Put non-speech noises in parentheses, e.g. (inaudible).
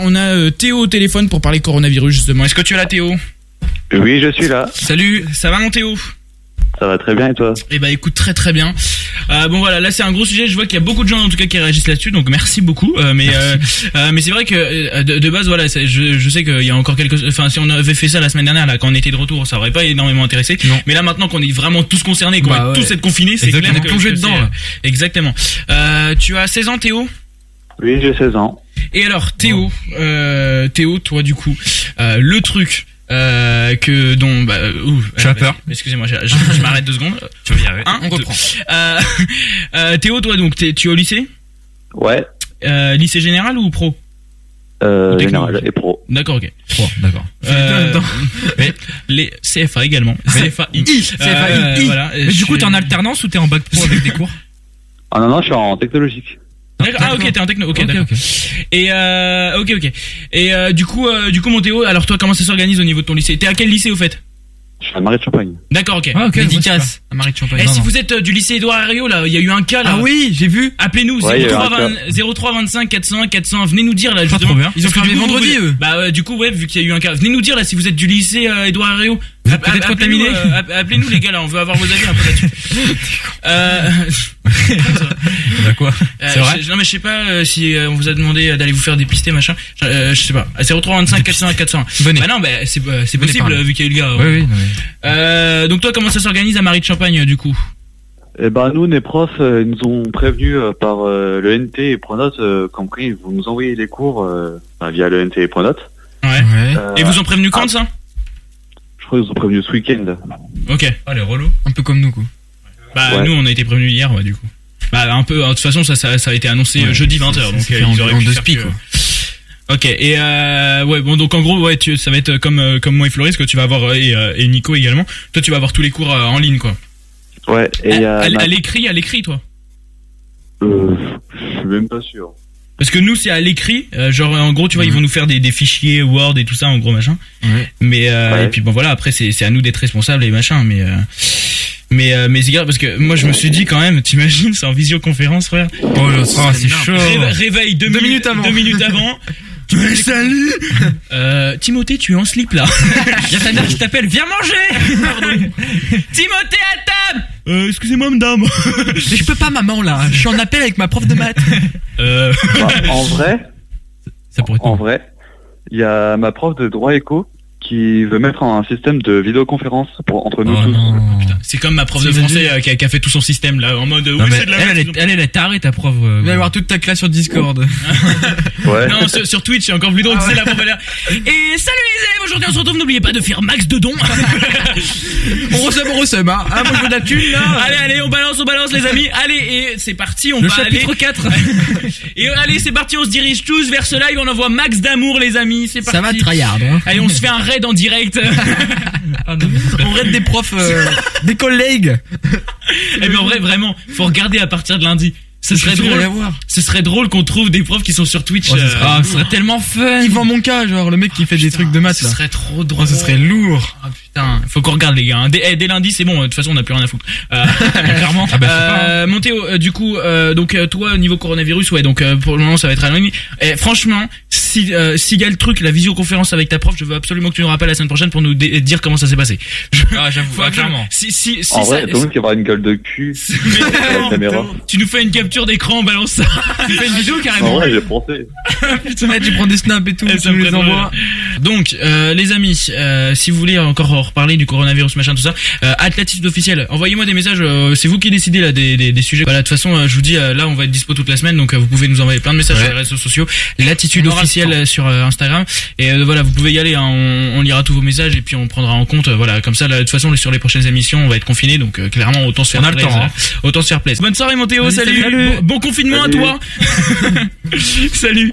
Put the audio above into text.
On a euh, Théo au téléphone pour parler coronavirus justement. Est-ce que tu es là Théo Oui, je suis là. Salut, ça va mon Théo Ça va très bien et toi Eh bah écoute très très bien. Euh, bon voilà, là c'est un gros sujet, je vois qu'il y a beaucoup de gens en tout cas qui réagissent là-dessus, donc merci beaucoup. Euh, mais euh, euh, mais c'est vrai que euh, de, de base voilà, c'est- je, je sais qu'il y a encore quelques... Enfin si on avait fait ça la semaine dernière, là quand on était de retour, ça aurait pas énormément intéressé. Non. Mais là maintenant qu'on est vraiment tous concernés, qu'on Bah va ouais. tous être confinés, c'est Exactement. clair que- Plongé que dedans, c'est- là. Exactement. Euh, tu as 16 ans Théo Oui, j'ai 16 ans. Et alors Théo, euh, Théo, toi du coup, euh, le truc euh, que dont bah, euh, ouh, Tu euh, as peur vas-y, Excusez-moi, je, je- je m'arrête deux secondes. (laughs) Tu vas y arriver. Un, on deux. reprend. Euh, euh, Théo, toi donc t'es- tu es au lycée, Ouais, Euh, lycée général ou pro euh, Technique. général et pro. D'accord, ok. Trois, d'accord. Euh, Attends, attends. (laughs) mais les CFA également. CFAI. CFA, I, I. Euh, voilà, Mais du coup, je- t'es en alternance ou t'es en bac pro avec des (laughs) cours Ah non, non, je suis en technologique. D'accord, Ah ok, t'es en techno. Ok, d'accord. Et euh, ok, ok. Et euh, du coup, euh, du coup, mon Théo, alors toi, comment ça s'organise au niveau de ton lycée T'es à quel lycée au fait Je suis à Marie de Champagne. D'accord, ok. Ah, ok, Dédicace à Marie de Eh, Champagne. si vous êtes euh, du lycée Édouard Herriot, là, il y a eu un cas, là. Ah oui, j'ai vu. Appelez-nous, Ouais, il y a eu 03, un cas. 03 25 401 400, venez nous dire, là, Pas justement. trop bien. Ils ont Ah, Parce que fermé du coup, vendredi, vous- eux. Bah, euh, du coup, ouais, vu qu'il y a eu un cas. Venez nous dire, là, si vous êtes du lycée euh, Édouard Herriot. Vous êtes Bah, App- peut-être appelez-nous, contaminé. euh, app- Appelez-nous, les gars, là, on veut avoir vos avis un peu (laughs) là-dessus. euh, (laughs) Bah quoi euh, (laughs) C'est vrai je- Non, mais je sais pas euh, si euh, on vous a demandé euh, d'aller vous faire dépister, machin. Je- euh, je sais pas. 03 25 401 400. Venez. Bah, non, bah, c'est euh, c'est Venez possible, parler. euh, vu qu'il y a eu le gars. Oui, oui. non, mais- Euh, donc, toi, comment ça s'organise à Marie de Champagne, euh, du coup Eh ben, nous, les profs, euh, ils nous ont prévenus euh, par euh, le NT et Pronote, euh, compris, vous nous envoyez les cours euh, enfin, via le NT et Pronote. Ouais. Ouais. Euh, Et vous ont prévenu quand, ah. ça Je crois qu'ils nous ont prévenus ce week-end. Ok. Ah, les relous. Un peu comme nous, quoi. Bah Ouais. nous on a été prévenus hier ouais, du coup. Bah un peu hein, de toute façon ça ça, ça a été annoncé euh, Ouais, jeudi 20h donc c'est euh, fait en- ils auraient en pu deux faire spi, que- quoi. OK et euh, ouais bon donc en gros ouais tu, ça va être comme euh, comme moi et Floris que tu vas avoir euh, et, euh, et Nico également. Toi tu vas avoir tous les cours euh, en ligne quoi. Ouais, et euh, bah il y à, a... à- ma- à l'écrit à l'écrit toi. euh, je suis même pas sûr. Parce que nous c'est à l'écrit euh, genre en gros tu vois Mhm. ils vont nous faire des, des fichiers Word et tout ça en gros machin. Ouais. Mais euh, Ouais. et puis bon voilà après c'est c'est à nous d'être responsables et machin mais euh, mais euh, mais c'est grave parce que moi je me suis dit quand même t'imagines c'est en visioconférence frère. Oh là, ça, c'est chaud. Réve- réveil deux, Deux minutes minutes avant. Deux (laughs) minutes avant. salut (laughs) Euh, Timothée, tu es en (laughs) slip là. Il y a ta mère qui t'appelle. Viens manger. Pardon. Timothée à table. Euh, excusez-moi madame. Je peux pas, maman, là. Je suis en appel avec ma prof de maths. Euh, Bah, en vrai, (laughs) Ça pourrait être en vrai, il y a ma prof de droit éco qui veut mettre un système de vidéoconférence pour, entre nous Oh tous. non. putain, c'est comme ma prof de C'est français euh, qui, a, qui a fait tout son système là en mode. euh, Non, oui, mais c'est de la elle, merde, elle, ils ont- est, elle, elle est tarée, ta prof. euh, Tu vas gros. avoir toute ta classe sur Discord. (laughs) Ouais. (laughs) Non, sur, sur Twitch, c'est encore plus drôle, c'est la prof, elle est là. Et salut les élèves, aujourd'hui on se retrouve, n'oubliez pas de faire max de Ah, dons. on recevait, on recevait, hein. Ah, moi, je veux de la thune, là. (laughs) allez, allez, on balance, on balance les amis. Allez, et c'est parti, on Le va aller. chapitre 4. (laughs) Et euh, allez, c'est parti, on se dirige tous vers ce live, on envoie max d'amour les amis, c'est parti. Ça va, tryhard, hein. Allez, on se fait un raid en (laughs) direct. Ah On raid des profs, euh, des collègues. Eh bien, en vrai, vraiment, faut regarder à partir de lundi. Ce serait Je vais aller drôle, voir. ce serait drôle qu'on trouve des profs qui sont sur Twitch. Oh, ce euh, serait- ah, ce serait tellement fun. Yvan Monca, genre, le mec qui fait des trucs de maths, ce là. serait trop drôle. Oh, ce serait lourd. Ah, putain, faut qu'on regarde les gars. hein. Dès, eh, dès lundi, c'est bon. euh, De toute façon, on n'a plus rien à foutre. Euh, clairement. Ah bah, faut pas, Euh, Montéo, euh, du coup, euh, donc euh, toi, niveau coronavirus, ouais. Donc euh, pour le moment, ça va être anonyme. Et franchement, si euh, s'il y a le truc, la visioconférence avec ta prof, je veux absolument que tu nous rappelles la semaine prochaine pour nous dé- euh, dire comment ça s'est passé. Ah, j'avoue, Faut ah, absolument- clairement. Si si si en ça. vrai, tout le monde qui aura une gueule (laughs) de cul Mais avec la vraiment, caméra. tu nous fais une capture d'écran, on balance ça. Tu fais une vidéo, En carrément. vrai, j'ai pensé. Ouais, tu prends des snaps et tout, Eh, tu ça me nous les ferait envoies. Donc, euh, les amis, euh, si vous voulez encore reparler du coronavirus, machin, tout ça, euh, Atlatiste officiel, envoyez-moi des messages. euh, c'est vous qui décidez là des, des, des sujets. Voilà, de toute façon, euh, je vous dis, euh, là, on va être dispo toute la semaine, donc euh, vous pouvez nous envoyer plein de messages Ouais. sur les réseaux sociaux. L'attitude On aura le officielle temps. euh, sur euh, Instagram. Et euh, voilà, vous pouvez y aller. hein, on, on lira tous vos messages et puis on prendra en compte. euh, voilà, comme ça, là, de toute façon, sur les prochaines émissions, on va être confinés, donc euh, clairement, autant se faire On a le plaisir. temps, hein. Autant se faire plaisir. Bonne soirée, Montéo. Salut. Salut, salut. Bon, bon confinement Salut. à toi. salut.